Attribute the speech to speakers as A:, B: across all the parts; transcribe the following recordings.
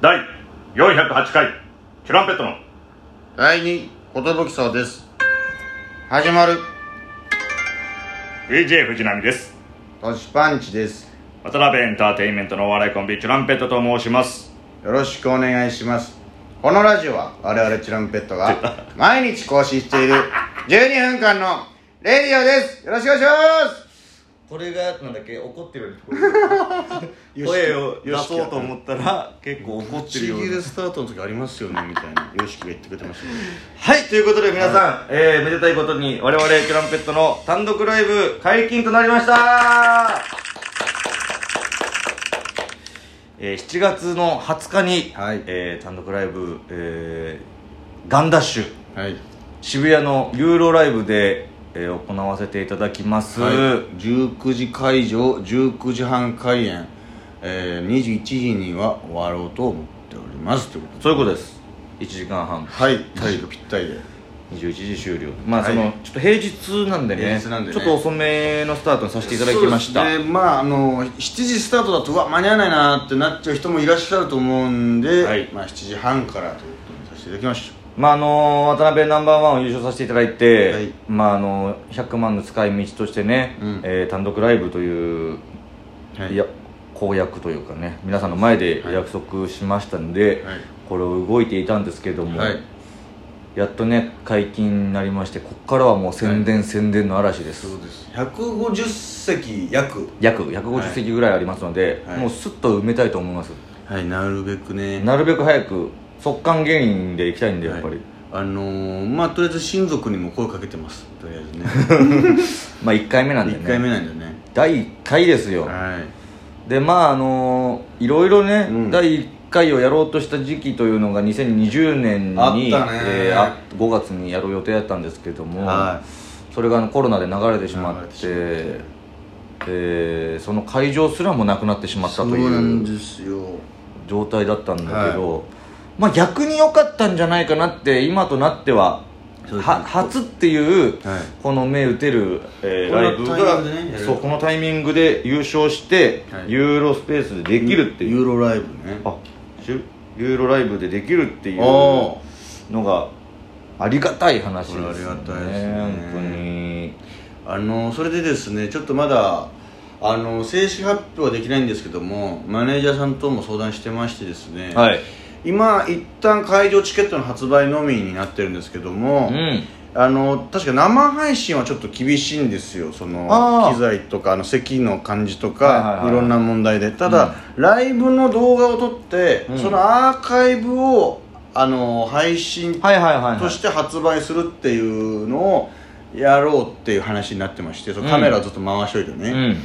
A: 第408回チュランペットの
B: 第2寿そうです始まる
A: DJ 藤波です
B: トシパンチです
A: 渡辺エンターテインメントのお笑いコンビチュランペットと申します
B: よろしくお願いしますこのラジオは我々チュランペットが毎日更新している12分間のレディオですよろしくお願いします
C: これがなんだっけ怒ってるように聞こ える声を出そうと思ったら結構怒ってるような
B: スタートの時ありますよねみたいなよしきが言ってくれてましたけど
C: はいということで皆さん、えー、めでたいことに我々トランペットの単独ライブ解禁となりましたえー、7月の20日に、
B: はい
C: えー単独ライブ、えーガンダッシュ
B: はい、
C: 渋谷のユーロライブで、えー行わせていただきます、
B: はい、19時会場19時半開演、えー、21時には終わろうと思っておりますということで
C: そういうことです1時間半
B: はい体力ぴったりで
C: 21時終了まあ
B: はい
C: その、ちょっと平日なんでね
B: 平日なんでね
C: ちょっと遅めのスタートにさせていただきました
B: そうですねまああの7時スタートだとうわ間に合わないなってなっちゃう人もいらっしゃると思うんで、
C: はい
B: まあ、7時半からということにさせていただきまし
C: まああのー渡辺ナンバーワンを優勝させていただいて、
B: はい
C: まああのー100万の使い道としてね、
B: うん
C: えー単独ライブという、
B: た
C: いや公約というかね皆さんの前で約束しましたんで、
B: はい
C: これを動いていたんですけども、
B: はい
C: やっとね解禁になりましてここからはもう宣伝、宣伝の嵐です
B: そうです150席約
C: 約150席ぐらいありますので、
B: はい
C: もうすっと埋めたいと思います、
B: はいなるべくね
C: なるべく早く速乾原因で行きたいんでやっぱり、
B: はいあのー、まあとりあえず親族にも声かけてますとりあえずね
C: まあ1回目なんでね
B: 1回目なんだよね
C: 第1回ですよ、
B: はい
C: でまああのーいろいろね、
B: うん
C: 第1回をやろうとした時期というのが2020年に
B: あったね
C: えーあ5月にやる予定だったんですけども、
B: は
C: それがあのコロナで流れてしまっ
B: 流れて
C: てえーその会場すらもなくなってしまった
B: そ
C: と
B: うなん
C: いう
B: ですよ
C: 状態だったんだけど、まあ逆に良かったんじゃないかなって今となっては
B: そうですね
C: は初っていう、
B: はい
C: この目打てる、えー
B: この
C: ライブ
B: タイミ
C: が、
B: ングでねやる
C: そうこのタイミングで優勝して、
B: はい
C: ユーロスペースでできるっていう、
B: ユーロライブね
C: あしゅユーロライブでできるっていう
B: お
C: のがありがたい話ですね
B: これありがたいですね
C: 本当に
B: あのそれでですねちょっとまだあの正式発表はできないんですけどもマネージャーさんとも相談してましてですね、
C: はい
B: 今一旦会場チケットの発売のみになってるんですけども、
C: うん
B: あの確か生配信はちょっと厳しいんですよそ
C: あ
B: の
C: ー
B: 機材とかあの席の感じとか、
C: はい
B: い
C: はいはい
B: ろんな問題でただ、ライブの動画を撮って、
C: うん
B: そのアーカイブをあの配信
C: はいはいはい、はい、
B: として発売するっていうのをやろうっていう話になってましてそのカメラをずっと回しといて
C: う
B: ね、
C: ん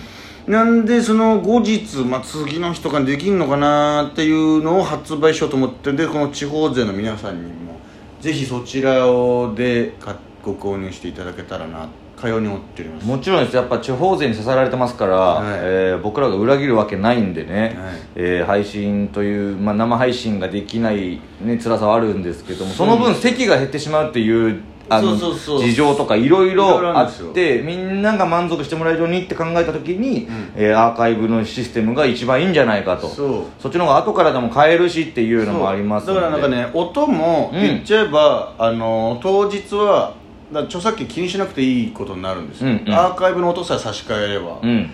B: なんでその後日、まあ、次の日とかにできんのかなっていうのを発売しようと思ってでこの地方勢の皆さんにもぜひそちらをで買ご購入していただけたらなかように思っております
C: もちろんですやっぱ地方勢に支えられてますから、
B: はい
C: えー僕らが裏切るわけないんでね、
B: はい
C: えー配信という、まあ、生配信ができない、ね、辛さはあるんですけどもその分席が減ってしまうっていうあの
B: そうそうそう
C: 事情とかいろい
B: いろい
C: ろ
B: ろあ
C: あ
B: るんですよ
C: ってみんなが満足してもらえるようにって考えた時に、
B: ん
C: えーアーカイブのシステムが一番いいんじゃないかと
B: そう
C: っちの方が後からでも変えるしっていうのもあります
B: そうだからなんかね音も
C: うん
B: 言っちゃえば、あの当日はだから著作権気にしなくていいことになるんですよ、
C: うんうん
B: アーカイブの音さえ差し替えれば、
C: うん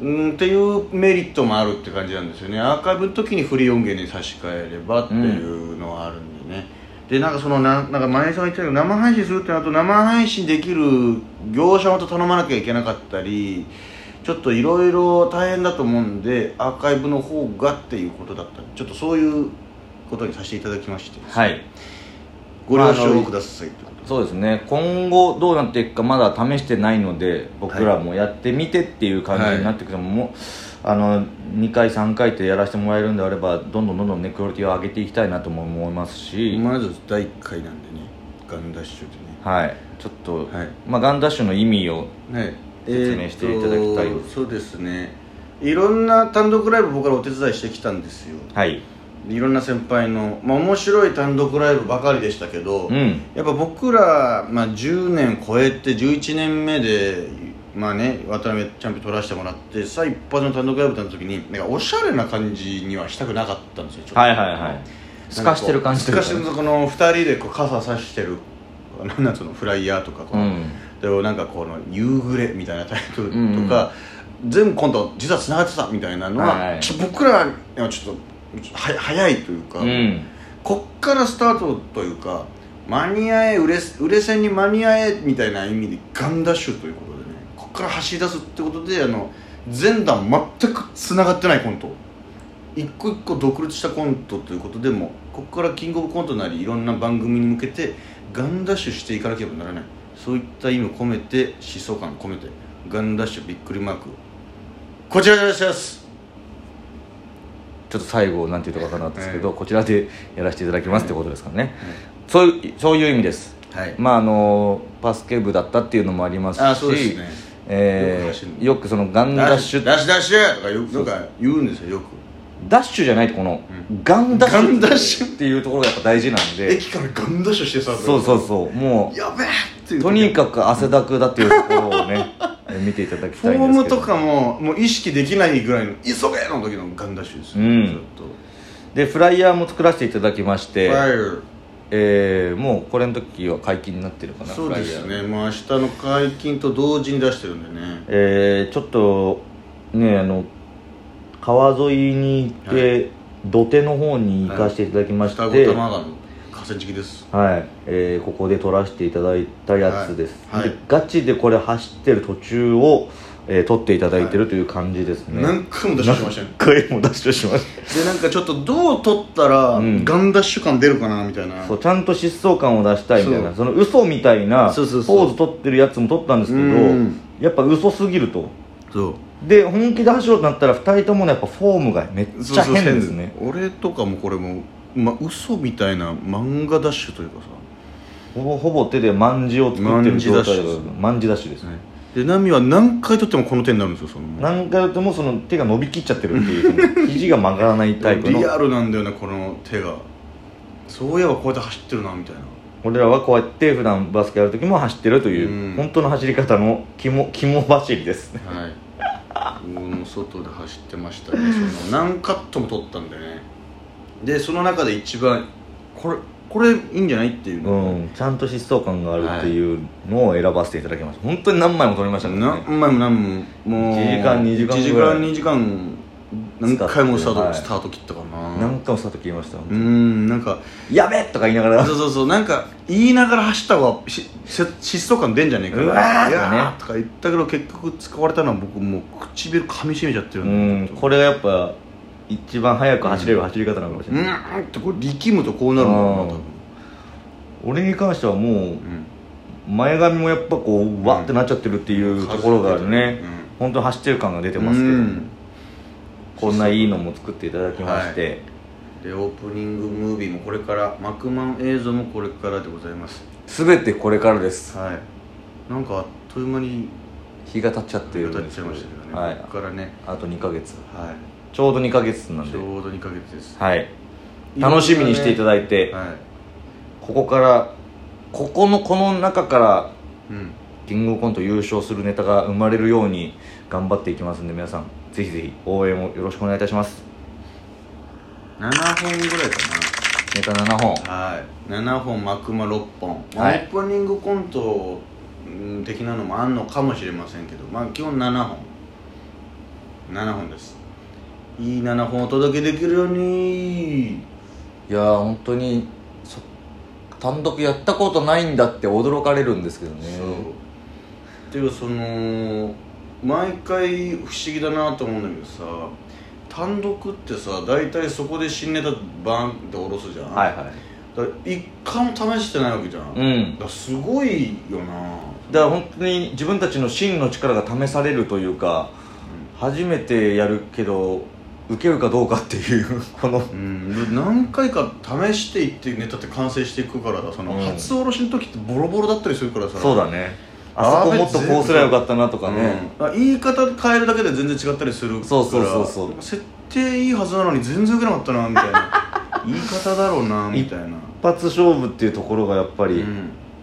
B: うん、っていうメリットもあるって感じなんですよねアーカイブの時にフリー音源に差し替えればっていうのはあるんでね、でなんかそのななんかマネージャーが言ってたけど生配信するってなると生配信できる業者また頼まなきゃいけなかったりちょっといろいろ大変だと思うんでアーカイブの方がっていうことだったんでちょっとそういうことにさせていただきまして
C: はい
B: ご了
C: まああの
B: 承くださいってこと
C: そうですね今後どうなっていくかまだ試してないので僕らもやってみてっていう感じになってくるも、あの2回3回ってやらせてもらえるんであればどんどんどんどんねクオリティを上げていきたいなとも思いますし、
B: まず第1回なんでねガンダッシュでね
C: はいちょっと、
B: はい
C: まあ、ガンダッシュの意味を
B: はい、
C: 説明していただきたい
B: えーっとそうですねいろんな単独ライブ僕らお手伝いしてきたんですよ
C: はい
B: いろんな先輩の、まあ、面白い単独ライブばかりでしたけど、
C: うん
B: やっぱ僕ら、まあ、10年超えて11年目でまあね渡辺チャンピオン取らせてもらってさ一発の単独ライブの時になんかおしゃれな感じにはしたくなかったんですよちょっと
C: はいはいはい透かしてる感じと
B: と
C: い
B: か
C: うか
B: して
C: ね
B: るこの2人でこう傘さしてるなんなんつうのフライヤーとかこ
C: う
B: う、
C: ん
B: でもなんかこの「夕暮れ」みたいなタイトルと
C: うん
B: か、全部今度実はつながってたみたいなのは、
C: はい
B: ちょ僕らにはちょっとちょっとは早いというか、
C: うん
B: こっからスタートというか間に合え売れ売れ線に間に合えみたいな意味でガンダッシュということでねこっから走り出すってことであの前段全くつながってないコント一個一個独立したコントということでもここからキングオブコントなりいろんな番組に向けてガンダッシュしていかなければならないそういった意味を込めて思想感込めてガンダッシュびっくりマークこちらでいらっしゃいます
C: ちょっと最後なんて言ったか分からなかったですけど、こちらでやらせていただきますってことですからね、
B: は
C: そういうそういう意味です
B: い
C: まああのバスケ部だったっていうのもありますし
B: あそうですねよく
C: え
B: 走る
C: ー、よくそのガンダッシュ
B: ダッシュダッシュとかよくなんか言うんですよよく
C: ダッシュじゃないとこのガンダッシュ
B: ガンダッシュ
C: っていうところがやっぱ大事なんで
B: 駅からガンダッシュしてさ
C: そうそうそうも
B: やべえっていうう
C: とにかく汗だくだっていうところをねえ見ていただき
B: フ
C: た
B: ォ
C: いん
B: ー
C: です
B: ム
C: けど
B: とかももう意識できないぐらいの急げの時のガンダッシュですよ、
C: うん
B: ずっと
C: でフライヤーも作らせていただきまして、
B: フライヤー
C: えーもうこれの時は解禁になってるかな
B: そうです
C: フライヤー
B: ねもう明日の解禁と同時に出してるんでね
C: えーちょっとねあの川沿いに行って、土手の方に行かせていただきまして、
B: 双子玉川の河川敷です
C: はい、えーここで撮らせていただいたやつです、
B: はいはい
C: でガチでこれ走ってる途中を、えー撮っていただいてるという感じですね、
B: 何回も出してましたね
C: 声も出してしまう
B: でなんかちょっとどう撮ったら
C: うん
B: ガンダッシュ感出るかなみたいな、
C: そうちゃんと疾走感を出したいみたいな
B: そ
C: その嘘みたいなポ
B: そうそうそう
C: ーズ撮ってるやつも撮ったんですけど
B: うん
C: やっぱ嘘すぎると
B: そう
C: で本気で走ろうとなったら2人ともねやっぱフォームがめっちゃ変ですね
B: 俺とかもこれもまあ嘘みたいな漫画ダッシュというかさ
C: ほぼほぼ手で卍を作ってる状態で卍ダッシュですね
B: でナミは何回撮ってもこの手になるんですよその
C: 何回やってもその手が伸びきっちゃってるっていうそ の肘が曲がらないタイプの
B: リアルなんだよねこの手がそういえばこうやって走ってるなみたいな
C: 俺らはこうやって普段バスケやる時も走ってるという、
B: うん
C: 本当の走り方の肝肝走りですね
B: はいもう外で走ってましたねその何カットも撮ったんでねでその中で一番これこれいいんじゃないっていう
C: う
B: の、
C: んちゃんと疾走感があるっていうのを選ばせていただきました本当に何枚も撮りましたからね
B: 何枚も何ももう
C: 一時間二時間ぐらい
B: 1時間2時間何回もスタート、
C: はい
B: スタート切ったかな
C: 何回もさっと聞きました
B: うーんなんか
C: 「やべ!」とか言いながら
B: そうそうそうなんか言いながら走った方がしし疾走感出んじゃねえか
C: うわー
B: いや
C: ね
B: とか言ったけど結局使われたのは僕もう唇噛みしめちゃってる
C: うんん
B: だ
C: これがやっぱ一番速く走れる走り方なのかもしれ
B: う
C: ない、
B: ーんってこう力むとこうなるんだろうな多分
C: 俺に関してはもう
B: うん
C: 前髪もやっぱこうわってなっちゃってるっていうところがあるね、
B: うん
C: 本当に走ってる感が出てますけど、
B: うん
C: こんないいのも作っていただきまして、
B: でオープニングムービーもこれからマクマン映像もこれからでございます
C: 全てこれからです
B: はいなんかあっという間に
C: 日が経っちゃってるん
B: 歌っ
C: です
B: ちゃいましたけどね、
C: はい
B: ここからね
C: あと2ヶ月
B: は
C: ちょうど2ヶ月ないん
B: ち
C: で
B: ょうど2ヶ月です
C: はい楽しみにしていた
B: だ
C: だいて、
B: はい
C: ここからここのこの中から
B: うん
C: キングオブコント優勝するネタが生まれるように頑張っていきますんで皆さんぜひぜひ応援をよろしくお願いいたします
B: 7本ぐらいかな
C: ネタ7本
B: はい、7本幕間6本、まあ
C: はい
B: オープニングコントうん的なのもあんのかもしれませんけどまあ基本7本7本ですいい7本お届けできるように
C: いやー本当にそ単独やったことないんだって驚かれるんですけどね
B: そうっていうかその毎回不思議だなと思うんだけどさ単独ってさ大体そこで新ネタバンって下ろすじゃん、
C: はいはい
B: だから一回も試してないわけじゃん、
C: うん
B: だからすごいよな
C: だから本当に自分たちの真の力が試されるというか、初めてやるけど受けるかどうかっていう この
B: うん、何回か試していってネタって完成していくからだその、
C: うん
B: 初おろしの時ってボロボロだったりするからさ
C: そうだねあそこもっとこうすればよかったなとか
B: うん
C: ね、
B: だから言い方変えるだけで全然違ったりするから
C: そうそうそうそう
B: 設定いいはずなのに全然受けなかったなみたい な言い方だろうなみたいな、
C: 一発勝負っていうところがやっぱ
B: う
C: り、
B: ん、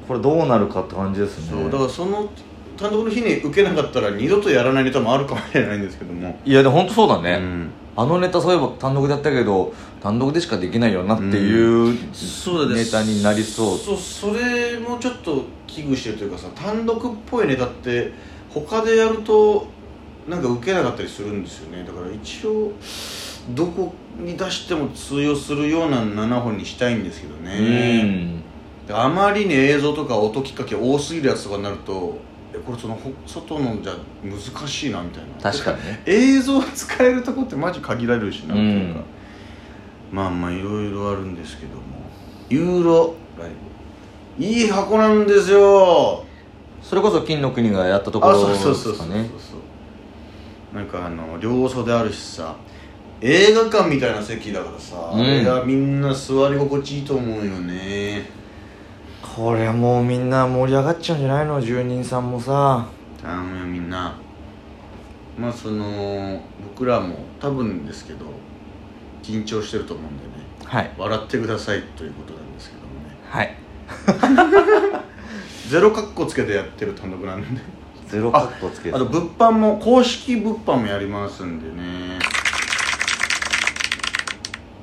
C: これどうなるかって感じです
B: そ
C: ね
B: うだからその単独の日に受けなかったら二度とやらないネタもあるかもしれないんですけども、
C: いやでも本当そうだ
B: う
C: ね、
B: ん、
C: あのネタそういえば単独でやったけど単独でしかできないよなっていう
B: そうだね
C: ネタになりそう
B: そうそれもちょっと危惧してるというかさ単独っぽいネタって他でやるとなんか受けなかったりするんですよねだから一応どこに出しても通用するような7本にしたいんですけど
C: う
B: ね、
C: ん
B: であまりに映像とか音きっかけ多すぎるやつとかになるとえこれそのほ外のじゃ難しいなみたいな
C: 確かにね
B: 映像使えるとこってマジ限られるしなっていうか、
C: うん
B: まあまあいろいろあるんですけどもユーロライブいい箱なんですよ
C: それこそ金の国がやったとこ
B: あ
C: ろ
B: そう
C: です
B: そ
C: か
B: う
C: ね
B: そうそうそうそうなんかあの両袖あるしさ映画館みたいな席だからさ、
C: うん
B: あれがみんな座り心地いいと思うよね
C: これもうみんな盛り上がっちゃうんじゃないの住人さんもさ
B: 頼むよみんなまあその僕らも多分ですけど緊張してると思うんでね
C: はい
B: 笑ってくださいということなんですけどもね
C: はい
B: ゼロカッコつけてやってる単独なんで
C: ゼロカットつけ
B: あと物販も公式物販もやりますんでね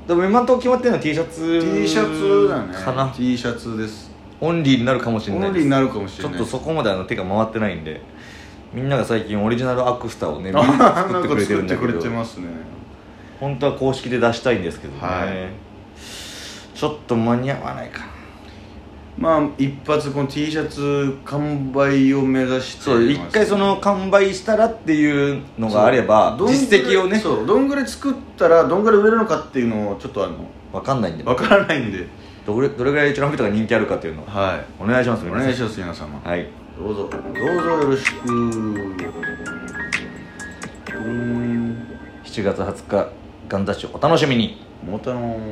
C: でも今んとこ決まってるのは T シャツ
B: T シャツだね
C: かな
B: T シャツです
C: オンリーになるかもし
B: オ
C: れない
B: ン
C: で
B: リー
C: す
B: になるかもし
C: ち
B: れ
C: ょっ
B: ない
C: とそこまであの手が回ってないんでみんなが最近オリジナルアクスタ をねみん
B: あ
C: な
B: な
C: 作
B: ん
C: ってく
B: か
C: れてる
B: 作
C: ん
B: って
C: だ
B: く
C: け
B: れて
C: ど
B: ますね
C: 本当は公式で出したいんですけどね、
B: は
C: ちょっと間に合わないかな
B: まあ一発この T シャツ完売を目指して
C: そう一回その完売したらっていうのがあれば
B: そうどんぐ
C: 実
B: らい
C: 績をね
B: そうどんぐらい作ったらどんぐらい売れるのかっていうのをちょっとあの
C: わかんないんで
B: わからないんで
C: どれどれぐらいトランペットが人気あるかっていうのを
B: は
C: お願いします
B: いお
C: 皆さん
B: 願いします皆様
C: はい
B: どうぞどうぞよろしくうーん
C: 7月20日ガンダッシュお楽しみに
B: またのー